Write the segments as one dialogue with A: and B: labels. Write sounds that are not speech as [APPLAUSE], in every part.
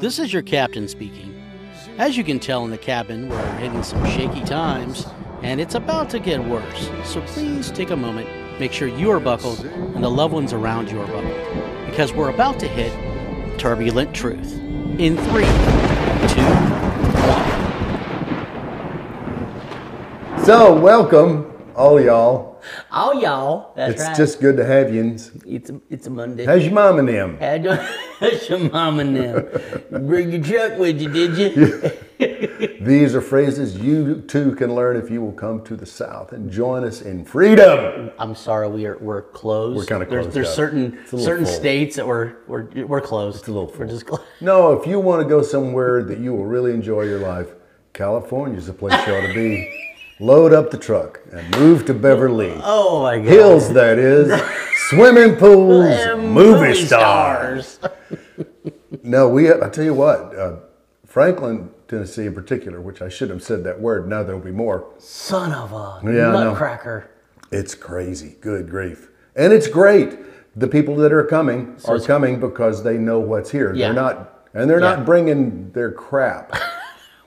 A: This is your captain speaking. As you can tell in the cabin, we're hitting some shaky times, and it's about to get worse. So please take a moment, make sure you are buckled and the loved ones around you are buckled, because we're about to hit turbulent truth. In three, two, one.
B: So, welcome, all y'all.
C: All Oh, y'all. That's
B: it's
C: right.
B: just good to have you.
C: it's a, it's a Monday.
B: How's your mom and them?
C: How do- How's your [LAUGHS] mom and them? Bring your truck with you, did you?
B: These are phrases you too can learn if you will come to the South and join us in freedom.
C: I'm sorry, we are we're closed.
B: We're kinda closed
C: There's, there's
B: up.
C: certain
B: It's a little
C: certain
B: full.
C: states that we're we're we're closed. It's
B: a little
C: We're
B: full.
C: just closed.
B: No, if you want to go somewhere that you will really enjoy your life, California's the place you ought to be. Load up the truck and move to Beverly.
C: Oh my god.
B: Hills, that is. Swimming pools,
C: And
B: movie stars. No, we. I tell you what, uh, Franklin, Tennessee, in particular, which I should have said that word. Now there'll be more.
C: Son of a
B: Yeah, I know.
C: nutcracker.
B: It's crazy. Good grief, and it's great. The people that are coming are coming because they know what's here.
C: Yeah.
B: They're not, and they're
C: Yeah.
B: not bringing their
C: [LAUGHS]
B: crap.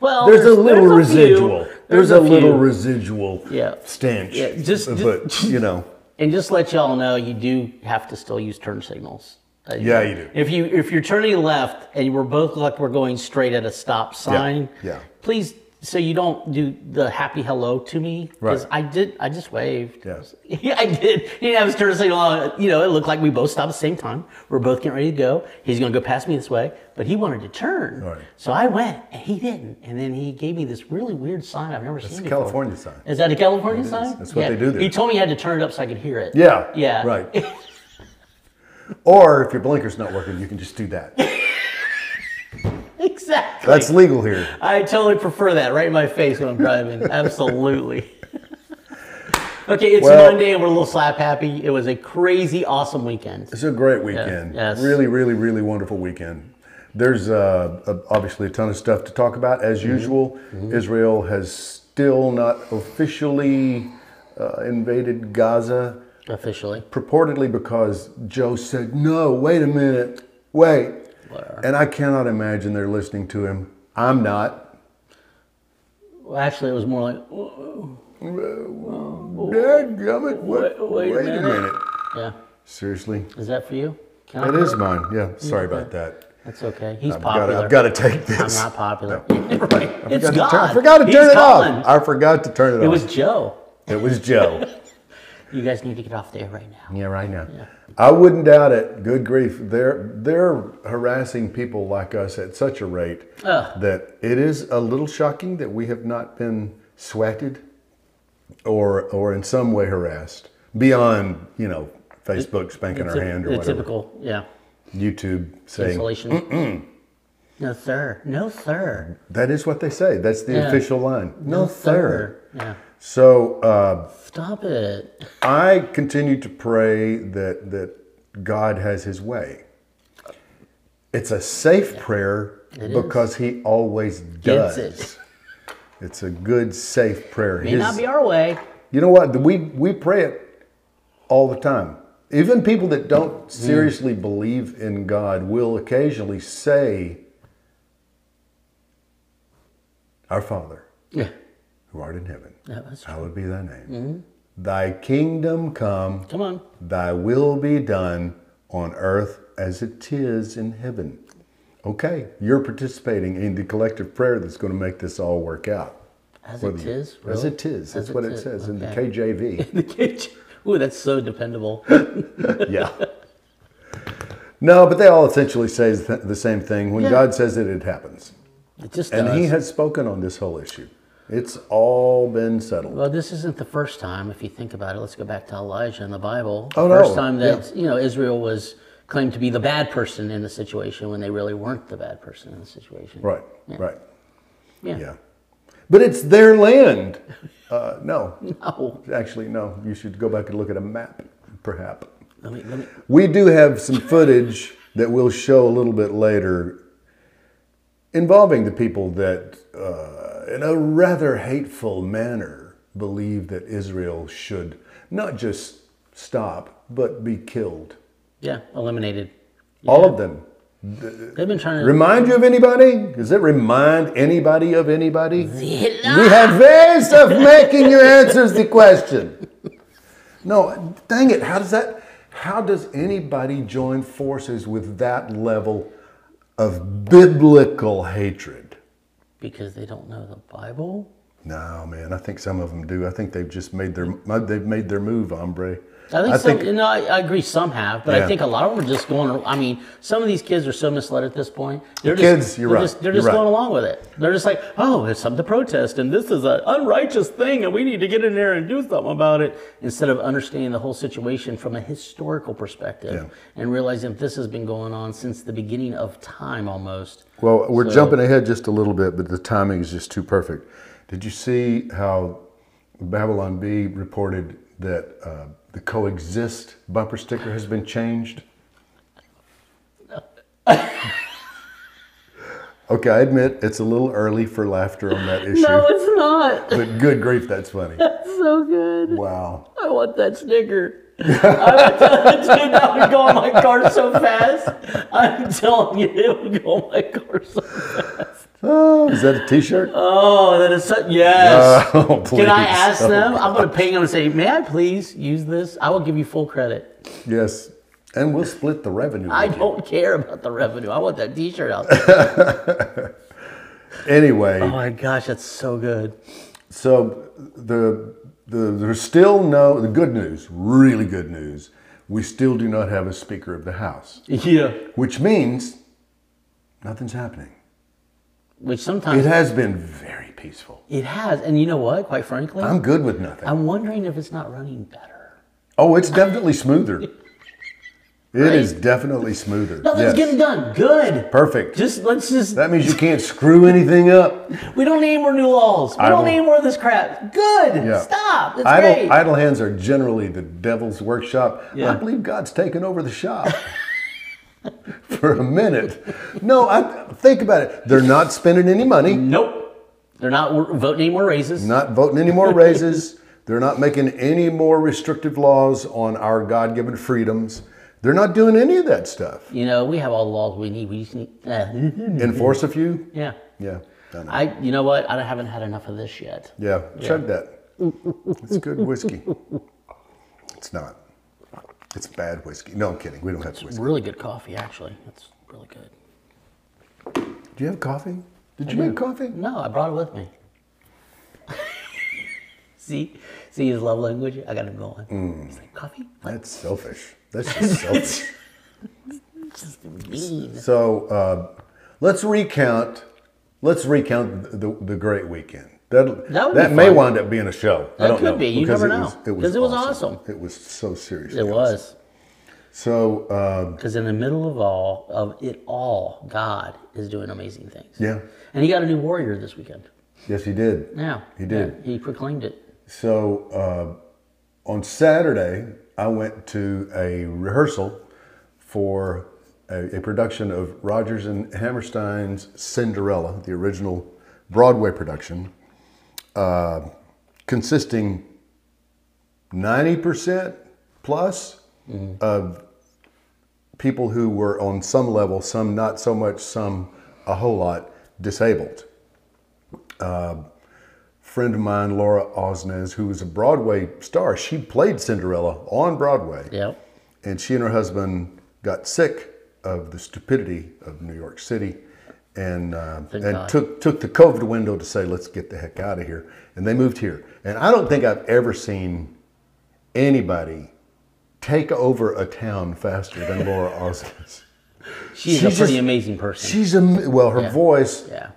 C: Well,
B: There's a little
C: few.
B: residual. There's, a,
C: few.
B: little residual
C: Yeah.
B: stench.
C: Yeah, just-
B: but [LAUGHS]
C: [LAUGHS]
B: you know,
C: And just to let y'all know, you do have to still use turn signals. Uh,
B: Yeah, you do.
C: If you if you're turning left and we're both like we're going straight at a stop sign,
B: yeah.
C: please so you don't do the happy hello to me because
B: Right.
C: I did I just waved.
B: Yes.
C: [LAUGHS] Yeah, I did. He didn't have his turn signal on. You know, it looked like we both stopped at the same time. We're both getting ready to go. He's going to go past me this way, but he wanted to turn.
B: Right.
C: So I went, and he didn't. And then he gave me this really weird sign I've never
B: it's
C: seen
B: a
C: before.
B: California sign.
C: Is that a California sign?
B: That's what
C: Yeah.
B: they do there.
C: He told me I had to turn it up so I could hear it.
B: Yeah.
C: Yeah. [LAUGHS]
B: Right. or if your blinker's not working, you can just
C: [LAUGHS]
B: do that.
C: exactly.
B: That's legal here.
C: I totally prefer that right in my face when I'm
B: [LAUGHS]
C: driving. Absolutely. okay, it's
B: Well-
C: Monday and we're a little slap happy. It was a crazy, awesome weekend.
B: It's a great weekend.
C: yes.
B: Really, really, really wonderful weekend. There's uh, uh, obviously a ton of stuff to talk about. As
C: Mm-hmm.
B: usual, Israel has still not officially uh, invaded Gaza,
C: Officially.
B: purportedly because Joe said, no, wait a minute, wait. And I cannot imagine they're listening to him. I'm not.
C: Well, actually, it was more like, "Whoa,
B: Dad, gummit, what?
C: Wait- wait a minute. yeah,
B: Seriously?
C: is that for you? Can
B: That is mine. Yeah, sorry about that.
C: That's okay. He's
B: I've got
C: popular.
B: I've got to take this.
C: I'm not popular. [LAUGHS] right. It's God.
B: forgot to turn, I forgot to
C: He's
B: turn it
C: gone.
B: off. I forgot to turn it,
C: It
B: off.
C: was Joe.
B: it was Joe.
C: You guys need to get off there right now.
B: [LAUGHS] yeah, right now. I wouldn't doubt it. Good grief, they're they're harassing people like us at such a rate that it is a little shocking that we have not been swatted or or in some way harassed beyond you know Facebook spanking our
C: Typ-
B: hand or
C: the
B: whatever.
C: typical, yeah,
B: YouTube saying
C: cancellation. No sir, no sir,
B: that is what they say. That's the
C: Yeah.
B: official line. No, sir.
C: Yeah,
B: So. Uh,
C: stop it.
B: I continue to pray that that God has His way. It's a safe prayer
C: is.
B: because He always does.
C: it.
B: It's a good, safe prayer.
C: May not
B: His-
C: be our way.
B: you know what? We we pray it all the time. Even people that
C: Mm.
B: don't seriously believe in God will occasionally say, "Our Father,
C: Yeah,
B: who art in heaven,
C: Yeah, that's true.
B: hallowed be Thy name.
C: Mm-hmm.
B: Thy kingdom come."
C: Come on,
B: Thy will be done on earth as it is in heaven. Okay, you're participating in the collective prayer that's going to make this all work out.
C: as
B: Whether
C: it
B: you-
C: is.
B: As
C: really?
B: it is. That's
C: As
B: what it
C: is,
B: says in
C: [LAUGHS]
B: the
C: okay.
B: KJV.
C: The cage. Ooh, that's so dependable.
B: yeah. No, but they all essentially say th- the same thing. When
C: Yeah.
B: God says it, it happens.
C: It just
B: And
C: does.
B: He has spoken on this whole issue. It's all been settled.
C: Well, this isn't the first time, if you think about it. Let's go back to Elijah in the Bible. The
B: Oh,
C: first
B: no.
C: time that you know Israel was claimed to be the bad person in the situation when they really weren't the bad person in the situation.
B: Right, right.
C: Yeah. [LAUGHS]
B: Yeah. But it's their land. Uh, no,
C: Oh,
B: Actually, no. You should go back and look at a map, perhaps.
C: let me, let me,
B: We do have some footage that we'll show a little bit later involving the people that, uh, in a rather hateful manner, believe that Israel should not just stop, but be killed.
C: yeah, eliminated.
B: All of them.
C: They've been trying to.
B: Remind you of anybody? Does it remind anybody of anybody? We have ways [LAUGHS] of making you answers the question. No, dang it! How does that? How does anybody join forces with that level of biblical hatred?
C: because they don't know the Bible.
B: No, man. I think some of them do. I think they've just made their they've made their move, hombre.
C: I think some, no, I, I agree. Some have, but
B: Yeah.
C: I think a lot of them are just going. I mean, some of these kids are so misled at this point. They're
B: The
C: just,
B: kids, you're
C: they're
B: right.
C: Just, they're
B: You're
C: just
B: right.
C: going along with it. They're just like, oh, it's something to protest, and this is an unrighteous thing, and we need to get in there and do something about it. Instead of understanding the whole situation from a historical perspective and realizing that this has been going on since the beginning of time, almost.
B: Well, we're
C: So-
B: jumping ahead just a little bit, but the timing is just too perfect. Did you see how Babylon B reported that uh, the coexist bumper sticker has been
C: [LAUGHS]
B: changed? okay, I admit it's a little early for laughter on that
C: [LAUGHS]
B: issue,
C: No, it's not.
B: but good grief, that's funny.
C: It's so good.
B: Wow.
C: I want that Snicker. I'm telling you, that would go on my car so fast. I'm telling you, it would go on my car so fast.
B: Oh, is that a T-shirt?
C: Oh, that is such yes.
B: [LAUGHS] Oh,
C: Can I
B: please.
C: ask
B: Oh,
C: them? I'm going to ping them and say, "May I please use this? I will give you full credit.
B: Yes, and we'll split the revenue.
C: I
B: with you.
C: don't care about the revenue. I want that T-shirt out
B: [LAUGHS]
C: there."
B: Anyway,
C: oh my gosh, that's so good.
B: So the, the there's still no the good news, really good news. We still do not have a Speaker of the House,
C: Yeah.
B: which means nothing's happening.
C: Which
B: It
C: sometimes it has,
B: has been very peaceful.
C: and you know what? Quite frankly,
B: I'm good with nothing.
C: I'm wondering if it's not running better.
B: Oh, it's definitely smoother. It is definitely smoother.
C: Nothing's
B: Yes.
C: getting done. Good.
B: Perfect.
C: Just let's just
B: that means you can't screw anything up.
C: We don't need more new laws. We
B: I
C: don't
B: don't-
C: need more of this crap. Good. Stop. It's
B: idle,
C: great.
B: idle hands are generally the devil's workshop.
C: Yeah.
B: I believe God's taken over the shop [LAUGHS] for a minute. No, I think about it. They're not spending any money,
C: nope. They're not wor- voting any more raises.
B: not voting any more raises. They're not making any more restrictive laws on our God-given freedoms. They're not doing any of that stuff.
C: You know, we have all the laws we need. We just need. Uh,
B: Enforce a few.
C: yeah.
B: Yeah. I know.
C: I. You know what? I haven't had enough of this yet.
B: Yeah, chug that. It's good whiskey. It's not. It's bad whiskey. No, I'm kidding. We don't have whiskey.
C: Really good coffee, actually. That's really good.
B: Do you have coffee? Did you make coffee?
C: No, I brought it with me. [LAUGHS] see, see his love language. I got him going. He's like coffee. What?
B: That's selfish. That's just [LAUGHS] selfish.
C: Just mean.
B: so uh, let's recount. Let's recount the, the great weekend. That
C: That would
B: that,
C: be
B: may
C: fun.
B: wind up being a show. I
C: That
B: don't
C: could
B: know,
C: be. You
B: because
C: never
B: it was-
C: know. 'Cause it was awesome.
B: It was so serious.
C: It was.
B: So uh,
C: Because in the middle of all of it all, God is doing amazing things.
B: yeah,
C: And he got a new warrior this weekend.
B: yes, he did.
C: Yeah.
B: He did.
C: Yeah, he proclaimed it.
B: So uh, on Saturday, I went to a rehearsal for a, a production of Rogers and Hammerstein's Cinderella, the original Broadway production, uh, consisting 90% plus of people who were on some level, some not so much, some a whole lot, disabled Uh, friend of mine, Laura Osnes, who was a Broadway star. She played Cinderella on Broadway.
C: Yep.
B: And she and her husband got sick of the stupidity of New York City and, uh,
C: Thank
B: and
C: God.
B: took, took the COVID window to say, let's get the heck out of here. And they moved here. And I don't think I've ever seen anybody take over a town faster than
C: [LAUGHS]
B: Laura Osnes.
C: She's, a
B: She's
C: pretty
B: just-
C: amazing person.
B: She's a, well, her voice
C: yeah.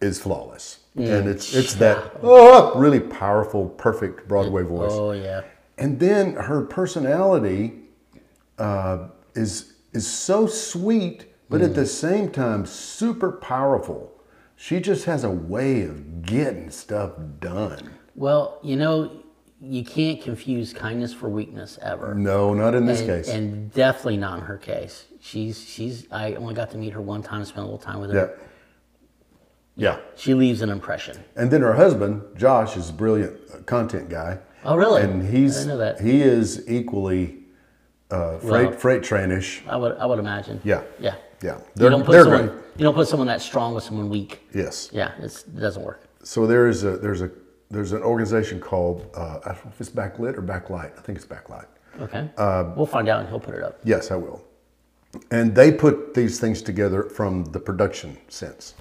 B: is flawless. And it's it's that oh, really powerful, perfect Broadway voice.
C: Oh, yeah.
B: And then her personality uh, is is so sweet, but at the same time super powerful. She just has a way of getting stuff done.
C: Well, you know, you can't confuse kindness for weakness ever.
B: No, not in this
C: And,
B: case.
C: and definitely not in her case. She's, she's, I only got to meet her one time and spend a little time with her.
B: yeah. Yeah.
C: She leaves an impression.
B: And then her husband, Josh, is a brilliant uh, content guy.
C: Oh, really?
B: And he's
C: I didn't know that.
B: he is equally uh, freight
C: Well-
B: freight trainish.
C: I would, I would imagine.
B: Yeah.
C: Yeah.
B: Yeah.
C: You
B: They're,
C: don't put
B: they're
C: someone.
B: great.
C: You don't put someone that strong with someone weak.
B: Yes.
C: Yeah, it's, it doesn't work.
B: So there is a there's a there's an organization called uh, I don't know if it's Backlit or Backlight. I think it's Backlight.
C: Okay.
B: Uh,
C: we'll find out, and he'll put it up.
B: Yes, I will. And they put these things together from the production sense.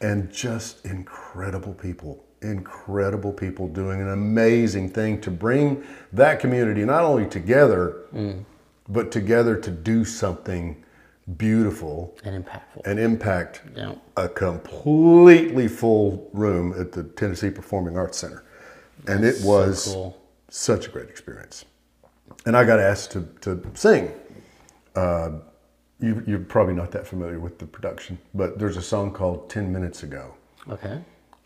B: And just incredible people, incredible people doing an amazing thing to bring that community not only together, but together to do something beautiful
C: And impactful.
B: and impact
C: Yeah.
B: a completely full room at the Tennessee Performing Arts Center. And it was
C: cool.
B: such a great experience. And I got asked to, to sing. Uh, you, you're probably not that familiar with the production, but there's a song called 10 Minutes Ago
C: Okay.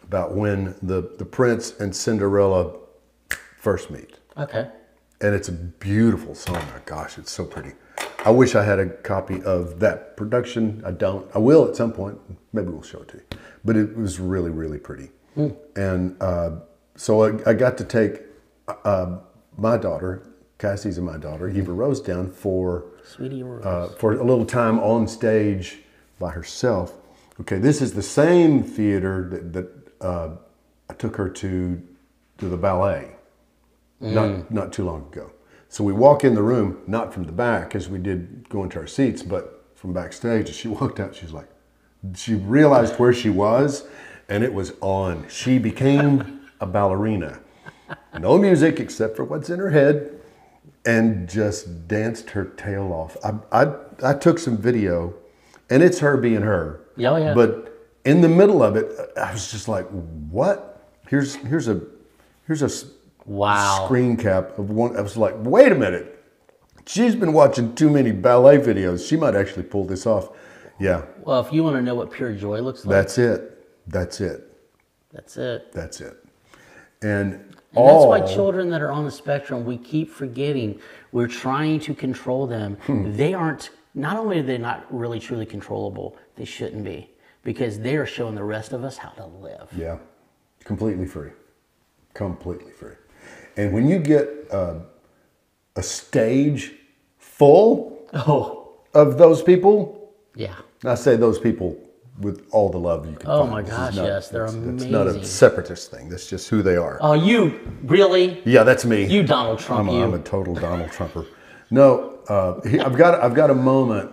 B: about when the, the prince and Cinderella first meet.
C: Okay.
B: And it's a beautiful song. Oh, gosh, it's so pretty. I wish I had a copy of that production. I don't. I will at some point. Maybe we'll show it to you. But it was really, really pretty. And uh, so I, I got to take uh, my daughter, Cassie's and my daughter, Eva Rose, down for
C: Sweetie Rose.
B: uh, for a little time on stage by herself. Okay, this is the same theater that, that uh, I took her to to the ballet
C: Mm.
B: not not too long ago. So we walk in the room, not from the back as we did going to our seats, but from backstage. And she [LAUGHS] walked out. She's like, she realized where she was, and it was on. She became a ballerina. No music except for what's in her head, and just danced her tail off. I I, I took some video, and it's her being her.
C: Yeah, oh, yeah.
B: But in the middle of it, I was just like, what? Here's here's a here's a s-
C: wow.
B: screen cap of one. I was like, wait a minute. She's been watching too many ballet videos. She might actually pull this off. Yeah,
C: Well, if you want to know what pure joy looks like,
B: that's it. That's it.
C: that's it.
B: That's it. And,
C: And
B: all
C: that's why children that are on the spectrum, we keep forgetting we're trying to control them.
B: Hmm.
C: They aren't, not only are they not really truly controllable, they shouldn't be because they are showing the rest of us how to live.
B: Yeah, completely free. Completely free. And when you get uh, a stage full
C: Oh,
B: of those people,
C: yeah.
B: and I say those people with all the love you can
C: Oh
B: find.
C: my
B: This is
C: gosh, yes, they're
B: It's not a
C: amazing.
B: separatist thing. That's just who they are.
C: Oh, you really?
B: Yeah, that's me.
C: You Donald Trump,
B: I'm a,
C: you.
B: I'm a total Donald Trumper. No, uh, he- I've got I've got a moment.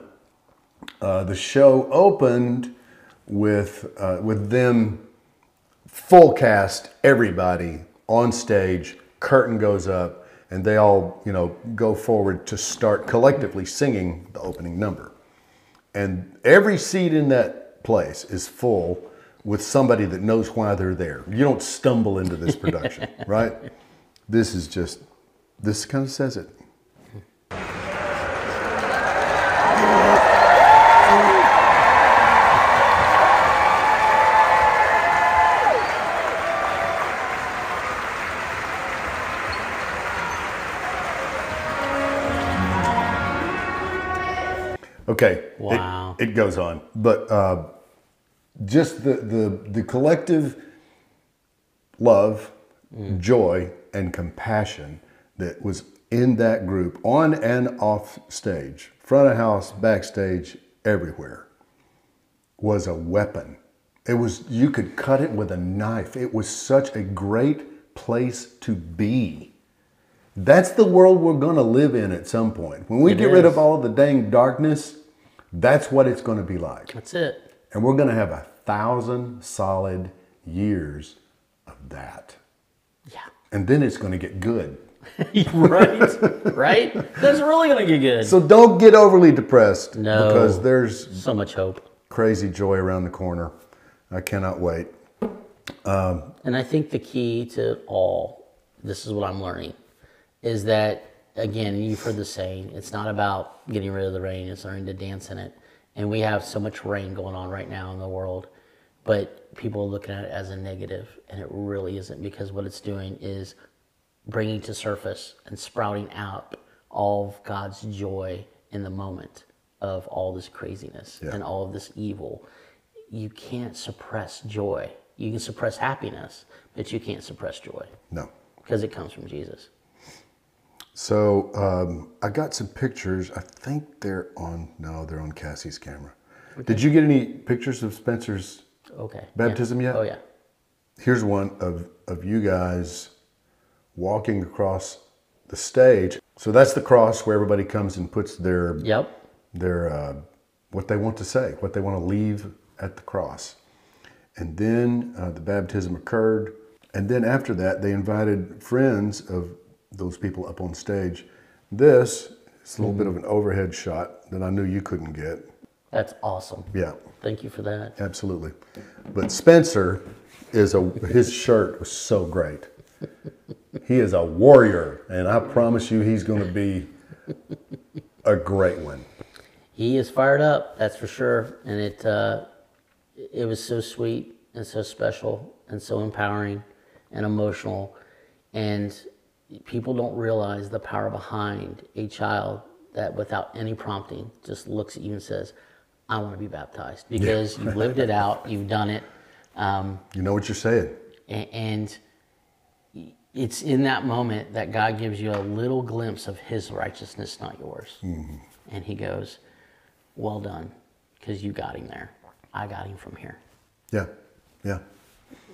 B: Uh, the show opened with uh, with them full cast, everybody on stage. Curtain goes up, and they all you know go forward to start collectively singing the opening number. And every seat in that place is full with somebody that knows why they're there. You don't stumble into this production, right? This is just, this kind of says it. Okay. it-
C: Wow.
B: It, goes on, but uh, just the, the the collective love,
C: Mm.
B: joy, and compassion that was in that group on and off stage, front of house, backstage, everywhere, was a weapon. It was you could cut it with a knife. It was such a great place to be. That's the world we're going to live in at some point. When we
C: It
B: get rid
C: is.
B: of all the dang darkness, that's what it's going to be like.
C: That's it.
B: And we're going to have a thousand solid years of that. [LAUGHS]
C: Yeah.
B: And then it's going to get good.
C: right? [LAUGHS] Right? That's really going to get good.
B: So don't get overly depressed
C: No.
B: because there's
C: so much hope.
B: crazy joy around the corner. I cannot wait.
C: And I think the key to all, this is what I'm learning, is that, again, you've heard the saying, it's not about getting rid of the rain, it's learning to dance in it. And we have so much rain going on right now in the world, but people are looking at it as a negative, and it really isn't because what it's doing is bringing to surface and sprouting out all of God's joy in the moment of all this craziness
B: Yeah.
C: and all of this evil. You can't suppress joy. You can suppress happiness, but you can't suppress joy
B: No.
C: because it comes from Jesus.
B: So um, I got some pictures. I think they're on, no, they're on Cassie's camera. Did you get any pictures of Spencer's
C: Okay.
B: baptism
C: yeah.
B: yet?
C: Oh yeah.
B: Here's one of, of you guys walking across the stage. So that's the cross where everybody comes and puts their
C: Yep.
B: their uh, what they want to say, what they want to leave at the cross. And then uh, the baptism occurred. And then after that, they invited friends of those people up on stage. This is a little bit of an overhead shot that I knew you couldn't get.
C: That's awesome.
B: Yeah,
C: Thank you for that.
B: absolutely. But Spencer is a his shirt was so great. He is a warrior, and I promise you, he's going to be a great one.
C: He is fired up, that's for sure. And it uh, it was so sweet and so special and so empowering and emotional. And people don't realize the power behind a child that, without any prompting, just looks at you and says, "I want to be baptized," because you've lived it out, you've done it. Um,
B: You know what you're saying.
C: A- and it's in that moment that God gives you a little glimpse of His righteousness, not yours. And He goes, "Well done, because you got him there. I got him from here.
B: Yeah, yeah,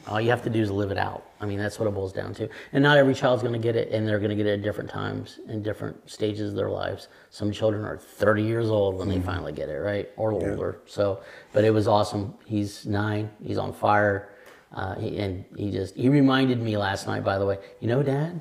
C: All you have to do is live it out. I mean, that's what it boils down to. And not every child's going to get it, and they're going to get it at different times and different stages of their lives. Some children are 30 years old when
B: Mm-hmm.
C: they finally get it, right, or older. So, but it was awesome. He's nine. He's on fire. Uh, he, and he just he reminded me last night, by the way. You know, Dad,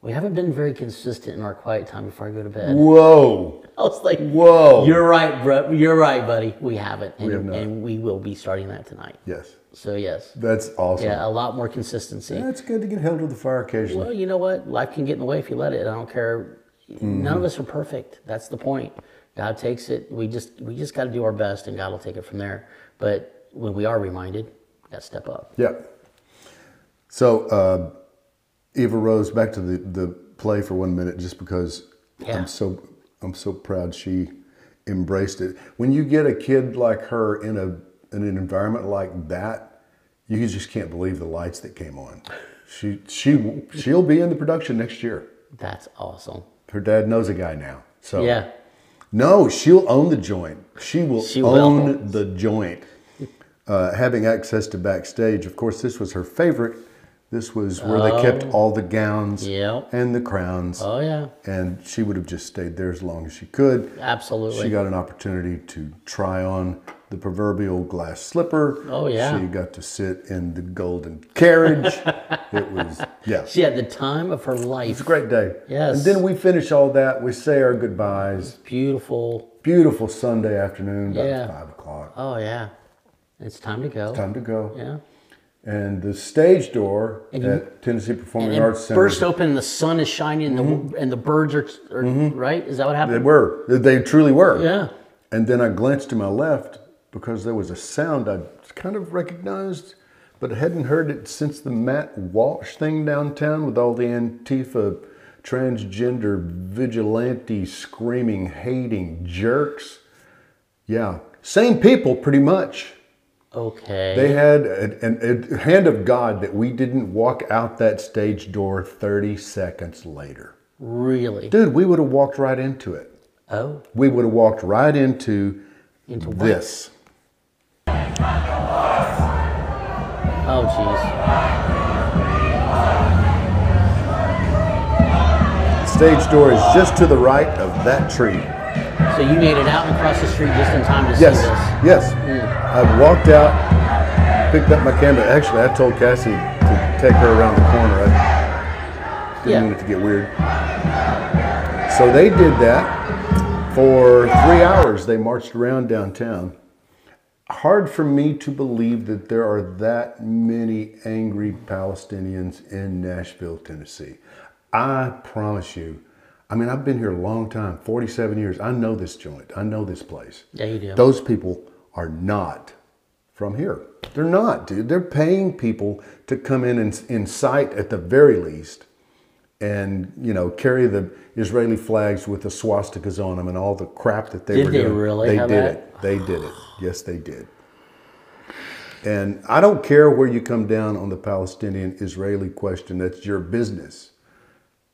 C: we haven't been very consistent in our quiet time before I go to bed. [LAUGHS]
B: Whoa!
C: I was like,
B: Whoa.
C: You're right, bro. You're right, buddy. We haven't. And,
B: have not.
C: and we will be starting that tonight.
B: Yes,
C: So, yes.
B: that's awesome.
C: Yeah, a lot more consistency.
B: Yeah, it's good to get held to the fire occasionally.
C: Well, you know what? Life can get in the way if you let it. I don't care. None of
B: Mm.
C: us are perfect. That's the point. God takes it. We just we just got to do our best, and God will take it from there. But when we are reminded, got to step up.
B: Yeah. So, uh, Eva Rose, back to the, the play for one minute, just because
C: Yeah.
B: I'm so I'm so proud she embraced it. When you get a kid like her in a in an environment like that, you just can't believe the lights that came on. She she she'll be in the production next year.
C: That's awesome.
B: Her dad knows a guy now, so
C: Yeah,
B: No, she'll own the joint. She will
C: She will.
B: own the joint. Uh, having access to backstage, of course, this was her favorite. This was where they kept all the gowns
C: Oh. Yep.
B: and the crowns.
C: Oh yeah.
B: And she would have just stayed there as long as she could.
C: Absolutely.
B: She got an opportunity to try on the proverbial glass slipper.
C: Oh, yeah.
B: She got to sit in the golden
C: [LAUGHS]
B: carriage. it was, yeah.
C: she had the time of her
B: It's a
C: life.
B: great day.
C: Yes.
B: And then we finish all that. We say our goodbyes
C: Beautiful.
B: beautiful Sunday afternoon, about
C: Yeah.
B: five o'clock.
C: Oh yeah. It's time to go.
B: Time to go.
C: Yeah.
B: And the stage door at Tennessee Performing
C: And
B: Arts Center. Mm-hmm.
C: burst open. The sun is shining, and the and the birds are, are right. Is that what
B: they
C: happened?
B: were. Mm-hmm. They truly were.
C: Yeah.
B: And then I glanced to my left because there was a sound I kind of recognized, but hadn't heard it since the Matt Walsh thing downtown with all the Antifa transgender vigilante screaming, hating jerks. Yeah. Same people pretty much.
C: Okay.
B: They had a, a, a hand of God that we didn't walk out that stage door 30 seconds later.
C: really.
B: Dude, we would have walked right into it.
C: Oh.
B: We would have walked right into,
C: Into what?
B: this.
C: Oh, jeez.
B: Stage door is just to the right of that tree.
C: So you made it out and across the street just in time to
B: Yes,
C: see this.
B: yes. I walked out, picked up my camera. Actually, I told Cassie to take her around the corner. I didn't
C: Yeah.
B: want it to get weird. So they did that for three hours. They marched around downtown. Hard for me to believe that there are that many angry Palestinians in Nashville, Tennessee. I promise you. I mean, I've been here a long time 47 years. I know this joint, I know this place.
C: Yeah, you do.
B: Those people are not from here. They're not, dude. They're paying people to come in and incite at the very least and, you know, carry the Israeli flags with the swastikas on them and all the crap that they
C: Did
B: were
C: they
B: doing.
C: really
B: They
C: have
B: did
C: that?
B: it. They did it. Yes, they did. And I don't care where you come down on the Palestinian Israeli question, that's your business.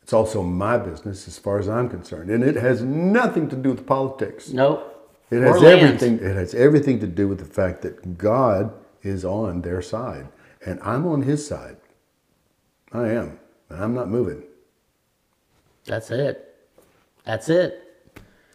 B: It's also my business as far as I'm concerned. And it has nothing to do with politics.
C: Nope.
B: It has
A: Or land.
B: everything. It has everything to do with the fact that God is on their side, and I'm on His side. I am, and I'm not moving.
C: That's it. That's it.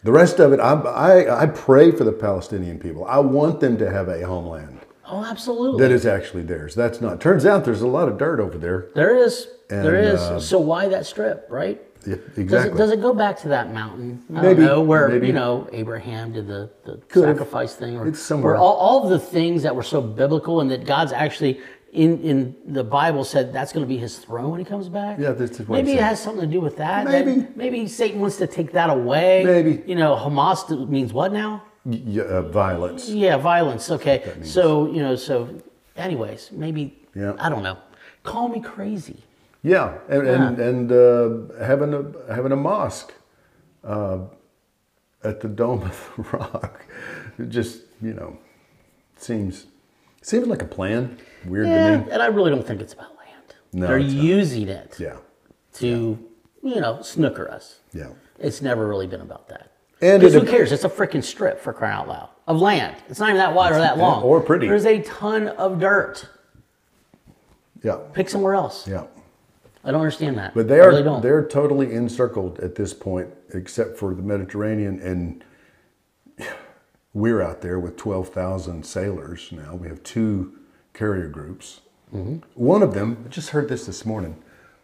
B: The rest of it, I, I, I pray for the Palestinian people. I want them to have a homeland
C: Oh, absolutely.
B: that is actually theirs. That's not. Turns out there's a lot of dirt over there.
C: there is. there
B: And,
C: is.
B: uh,
C: so why that strip, right?
B: Yeah,
C: Does it,
B: exactly.
C: does it go back to that mountain? I
B: Maybe,
C: don't know where
B: maybe.
C: you know Abraham did the, the
B: have.
C: sacrifice thing, or
B: It's somewhere.
C: Where all, all of the things that were so biblical and that God's actually in in the Bible said that's going to be His throne when He comes back.
B: Yeah, this is what it
C: maybe it
B: said.
C: has something to do with that. that
B: Maybe.
C: maybe Satan wants to take that away.
B: Maybe.
C: you know Hamas d- means what now?
B: Y- y- uh, violence.
C: Yeah, violence. Okay, so you know so. Anyways, maybe
B: Yeah.
C: I don't know. Call me crazy.
B: Yeah, and and, and uh, having a having a mosque uh, at the Dome of the Rock, it just you know seems seems like a plan. Weird to
C: Yeah,
B: me.
C: and I really don't think it's about land.
B: No,
C: They're
B: it's not.
C: using it.
B: Yeah,
C: to you know snooker us.
B: yeah.
C: It's never really been about that.
B: And
C: And
B: it-
C: who cares? It's a freaking strip for crying out loud of land. It's not even that wide or that long
B: or pretty.
C: There's a ton of dirt.
B: Yeah,
C: Pick somewhere else.
B: yeah.
C: I don't understand that.
B: But they
C: I
B: are
C: really don't.
B: they're totally encircled at this point, except for the Mediterranean, and we're out there with twelve thousand sailors now. We have two carrier groups. One of them, I just heard this this morning.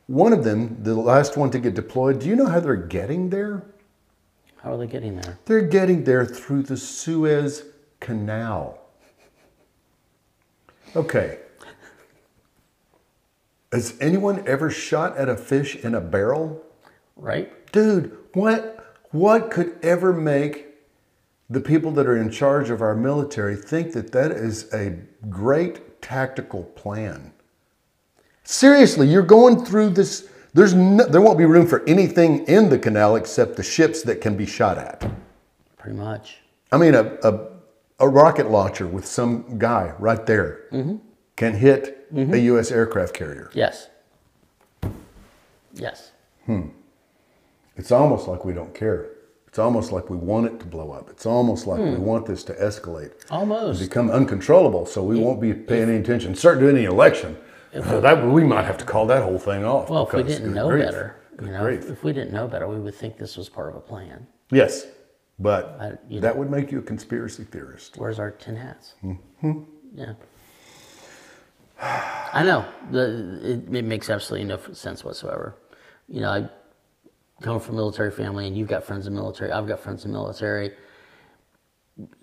B: One of them, the last one to get deployed. Do you know how they're getting there?
C: How are they getting there?
B: They're getting there through the Suez Canal. Okay. Has anyone ever shot at a fish in a barrel?
C: Right?
B: Dude, what what could ever make the people that are in charge of our military think that that is a great tactical plan? Seriously, you're going through this there's no, there won't be room for anything in the canal except the ships that can be shot at.
C: Pretty much.
B: I mean, a, a, a rocket launcher with some guy right there can hit a U.S. aircraft carrier.
C: Yes. Yes.
B: It's almost like we don't care. It's almost like we want it to blow up. It's almost like
C: Hmm.
B: we want this to escalate,
C: Almost.
B: become uncontrollable, so we won't be paying any attention, certainly to any election. [LAUGHS] that we might have to call that whole thing off.
C: Well, if we
B: because-
C: didn't
B: good
C: know
B: grief.
C: better, you
B: Good
C: know,
B: grief.
C: if we didn't know better, we would think this was part of a plan.
B: Yes, but
C: I- you
B: that would make you a conspiracy theorist.
C: Where's our tin hats?
B: Mm-hmm.
C: Yeah. I know. The, it, it makes absolutely no sense whatsoever. You know, I come from a military family, and you've got friends in military. I've got friends in military.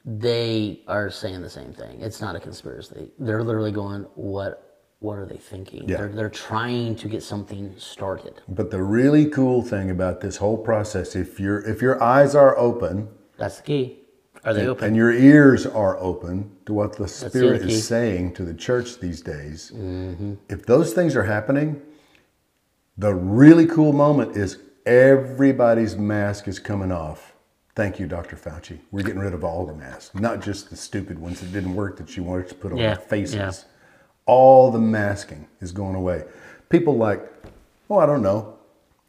C: They are saying the same thing. It's not a conspiracy. They're literally going, "What? What are they thinking?
B: Yeah.
C: They're they're trying to get something started."
B: But the really cool thing about this whole process, if your if your eyes are open,
C: That's the key. Are they open?
B: and your ears are open to what the
C: the
B: Spirit
C: key.
B: is saying to the church these days,
C: Mm-hmm.
B: if those things are happening, the really cool moment is everybody's mask is coming off. Thank you, Dr. Fauci. We're getting rid of all the masks, not just the stupid ones that didn't work that you wanted to put on
C: Yeah,
B: our faces.
C: yeah.
B: All the masking is going away. People like, oh, I don't know,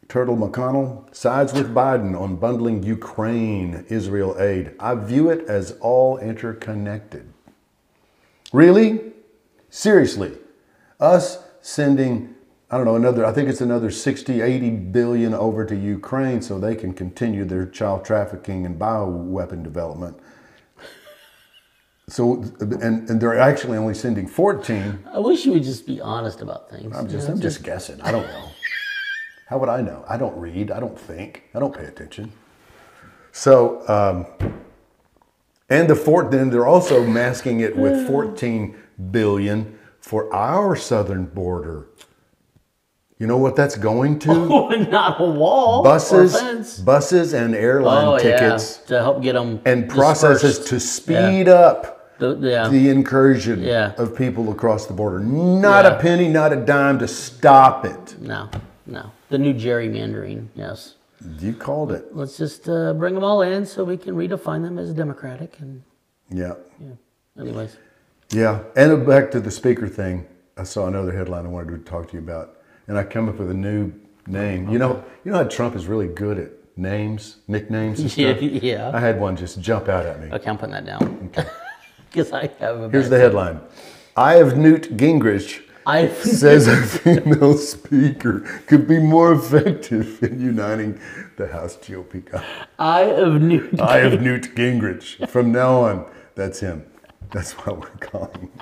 B: Turtle McConnell sides with Biden on bundling Ukraine Israel aid. I view it as all interconnected. Really? Seriously. Us sending, I don't know, another, I think it's another 60, 80 billion over to Ukraine so they can continue their child trafficking and bioweapon development. So, and, and they're actually only sending 14.
C: I wish you would just be honest about things. [LAUGHS]
B: I'm
C: you
B: just,
C: know?
B: I'm just guessing. I don't know. How would I know? I don't read. I don't think. I don't pay attention. So, um, and the four, then they're also masking it
C: [SIGHS]
B: with 14 billion for our southern border. You know what that's going
C: [LAUGHS]
B: to?
C: not a wall. or Oh, fence.
B: buses, buses, and airline
C: Oh, yeah,
B: tickets,
C: to help get them
B: and processes to speed up
C: The, yeah,
B: the incursion
C: Yeah.
B: of people across the border. Not
C: Yeah.
B: a penny, not a dime to stop it.
C: no, no, the new gerrymandering. Yes,
B: You called it.
C: let's just uh, bring them all in so we can redefine them as democratic. And
B: Yeah.
C: anyways,
B: Yeah. And back to the speaker thing. I saw another headline I wanted to talk to you about. And I come up with a new name. You know, you know how Trump is really good at names, nicknames, and
C: Yeah,
B: stuff.
C: [LAUGHS] yeah.
B: I had one just jump out at me.
C: Okay, I'm putting that down. [LAUGHS] Because I have a
B: Here's
C: bad-
B: the headline Eye of Newt Gingrich
C: [LAUGHS] I
B: says a female speaker could be more effective in uniting the House GOP. con-
C: I of Newt.
B: Eye of Newt Gingrich. From now on, that's him. That's what we're calling him.
C: [LAUGHS]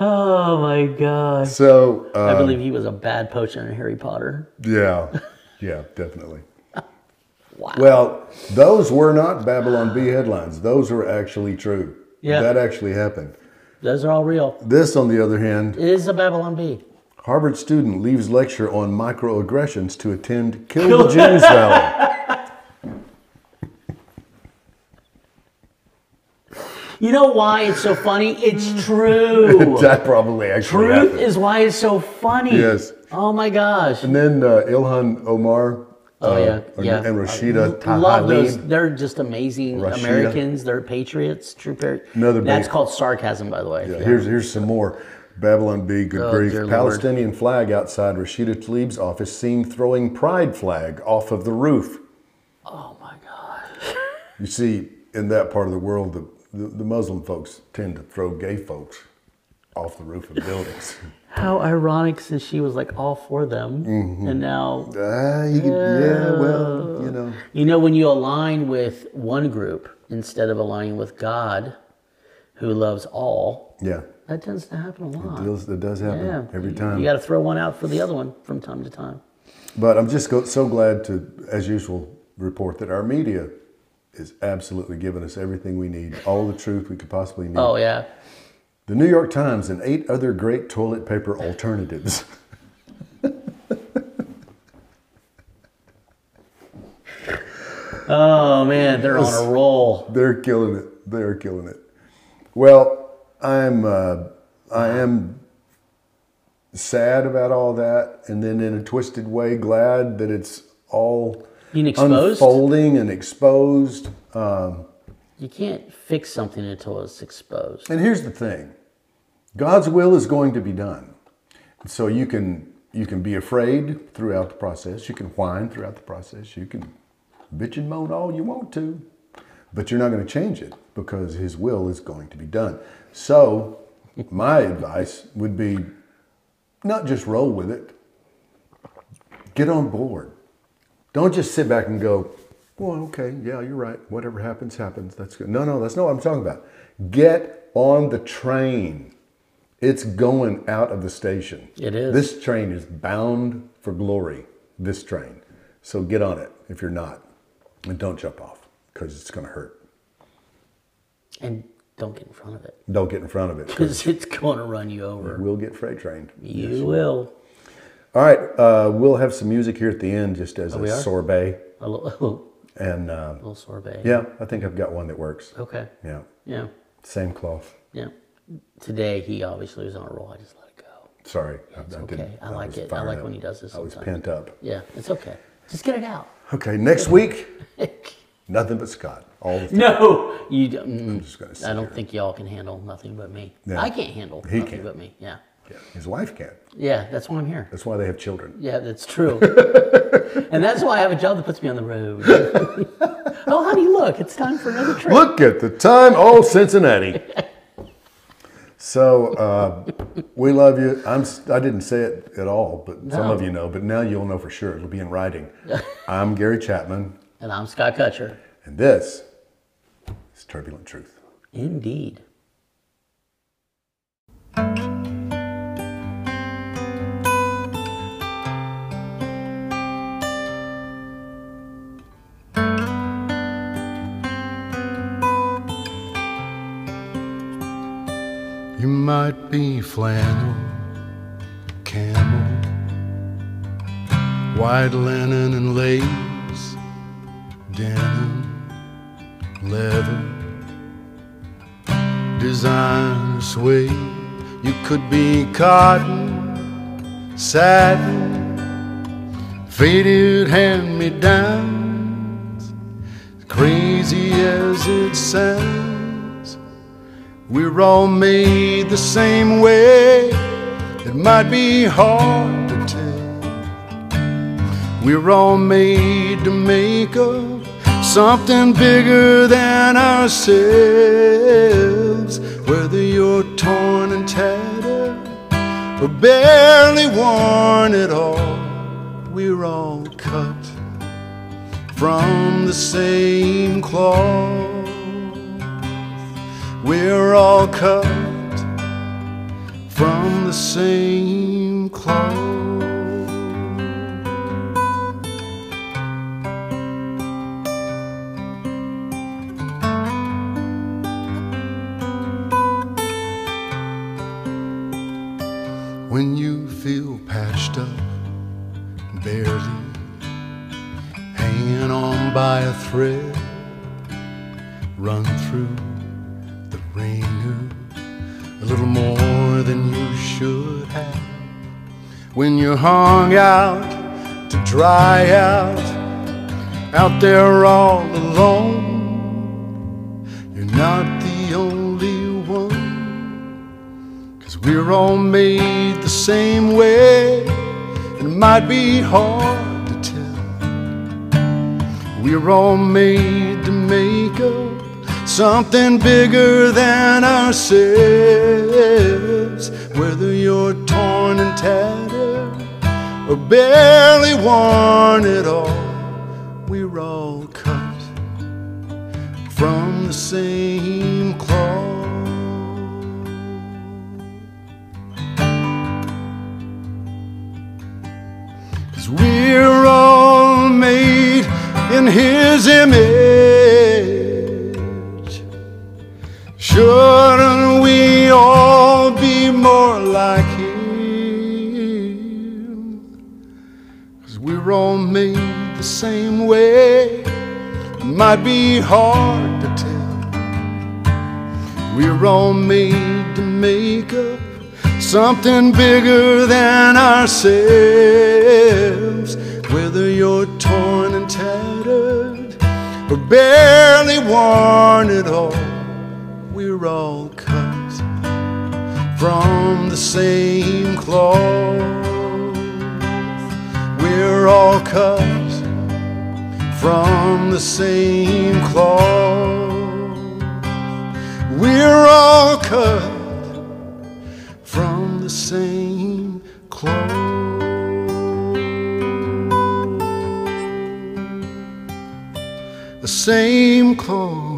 C: Oh my god.
B: So, uh,
C: I believe he was a bad potion in Harry Potter.
B: yeah, yeah, definitely.
C: Wow.
B: Well, those were not Babylon B headlines. Those were actually true.
C: Yeah.
B: That actually happened.
C: Those are all real.
B: This, on the other hand,
C: It is a Babylon B.
B: Harvard student leaves lecture on microaggressions to attend Kill
C: [LAUGHS]
B: the Jews rally.
C: You know why it's so funny?
B: [LAUGHS]
C: It's true.
B: That probably actually
C: Truth
B: happened.
C: is why it's so funny.
B: Yes.
C: Oh my gosh.
B: and then uh, Ilhan Omar
C: Oh
B: uh,
C: yeah, yeah.
B: and Rashida
C: I love those.
B: Tahalib.
C: They're just amazing
B: Rashida.
C: Americans. They're patriots, true patriots.
B: Another
C: That's
B: big-
C: called sarcasm, by the way.
B: Yeah, Here's here's some more. Babylon B, good grief.
C: Oh, dear Lord.
B: Palestinian flag outside Rashida Tlaib's office seen throwing pride flag off of the roof.
C: Oh my god.
B: You see, in that part of the world, the, the, the Muslim folks tend to throw gay folks off the roof of buildings.
C: How ironic since she was like all for them,
B: Mm-hmm.
C: and now
B: [LAUGHS] Ah, you could- yeah, well, you know.
C: You know, when you align with one group instead of aligning with God, who loves all,
B: Yeah.
C: that tends to happen a lot.
B: Deals, it does happen
C: Yeah.
B: every time.
C: You got to throw one out for the other one from time to time.
B: But I'm just go- so glad to, as usual, report that our media is absolutely giving us everything we need, all the truth we could possibly need.
C: Oh, yeah.
B: The New York Times and eight other great toilet paper alternatives. [LAUGHS]
C: Oh, man, they're on a roll.
B: They're killing it. They're killing it. Well, I'm uh, I am sad about all that, and then in a twisted way, glad that it's all
C: Being exposed?
B: unfolding and exposed. Um,
C: You can't fix something until it's exposed.
B: and here's the thing: God's will is going to be done. So you can you can be afraid throughout the process. You can whine throughout the process. You can bitch and moan all you want to, but you're not going to change it because His will is going to be done. So my advice would be not just roll with it. Get on board. Don't just sit back and go, well, okay, yeah, you're right. Whatever happens, happens. That's good. No, no, that's not what I'm talking about. Get on the train. It's going out of the station.
C: It is.
B: This train is bound for glory, this train. So get on it if you're not. And don't jump off because it's going to hurt.
C: And don't get in front of it
B: Don't get in front of it.
C: [LAUGHS]
B: 'cause
C: because it's going to run you over.
B: We'll get freight trained.
C: You will.
B: All right, uh, we'll have some music here at the end just as
C: Oh, we
B: a
C: are?
B: sorbet.
C: [LAUGHS] A little, a little,
B: And uh,
C: little sorbet.
B: yeah, I think I've got one that works.
C: Okay.
B: Yeah,
C: Yeah.
B: same cloth.
C: Yeah. Today, he obviously was on a roll. I just let it go.
B: Sorry. I, I
C: okay. I like
B: was
C: it. I
B: fired
C: like
B: up.
C: when he does this
B: I was
C: sometimes.
B: pent up.
C: Yeah, it's okay. Just get it out. [LAUGHS]
B: Okay, next week, nothing but Scott. All the [LAUGHS]
C: no, you. d- Mm,
B: just gonna sit
C: I don't think y'all can handle nothing but me.
B: Yeah.
C: I can't handle
B: He
C: nothing
B: can.
C: but me. Yeah,
B: yeah, his wife can't.
C: yeah. That's why I'm here.
B: That's why they have children.
C: Yeah, that's true. and that's why I have a job that puts me on the road. [LAUGHS] oh, honey, look, it's time for another trip.
B: Look at the time. Oh, Cincinnati.
C: [LAUGHS]
B: So uh, we love you. I'm. s- I didn't say it at all, but some
C: No.
B: of you know. But now you'll know for sure. It'll be in
C: [LAUGHS]
B: writing. I'm Gary Chapman,
C: And I'm Scott Kutcher.
B: and this is Turbulent Truth.
C: Indeed.
B: You might be flannel, camel, white linen and lace, denim, leather, design suede. You could be cotton, satin, faded hand me downs, crazy as it sounds. We're all made the same way. It might be hard to tell. We were all made to make up something bigger than ourselves. Whether you're torn and tattered or barely worn at all, we're all cut from the same cloth. We're all cut from the same cloth. When you feel patched up, barely hanging on by a thread, run through the ringer a little more than you should have. When you're hung out to dry out, out there all alone, you're not the only one. Cause we're all made the same way, and it might be hard to tell. We're all made to make up something bigger than ourselves. Whether you're torn and tattered or barely worn at all, we're all cut from the same cloth. Cause we're all made in His image. Shouldn't we all be more like Him? Cause we're all made the same way. Might be hard to tell. We're all made to make up something bigger than ourselves. Whether you're torn and tattered or barely worn at all, we're all cut from the same cloth. We're all cut from the same cloth. We're all cut from the same cloth. The same cloth.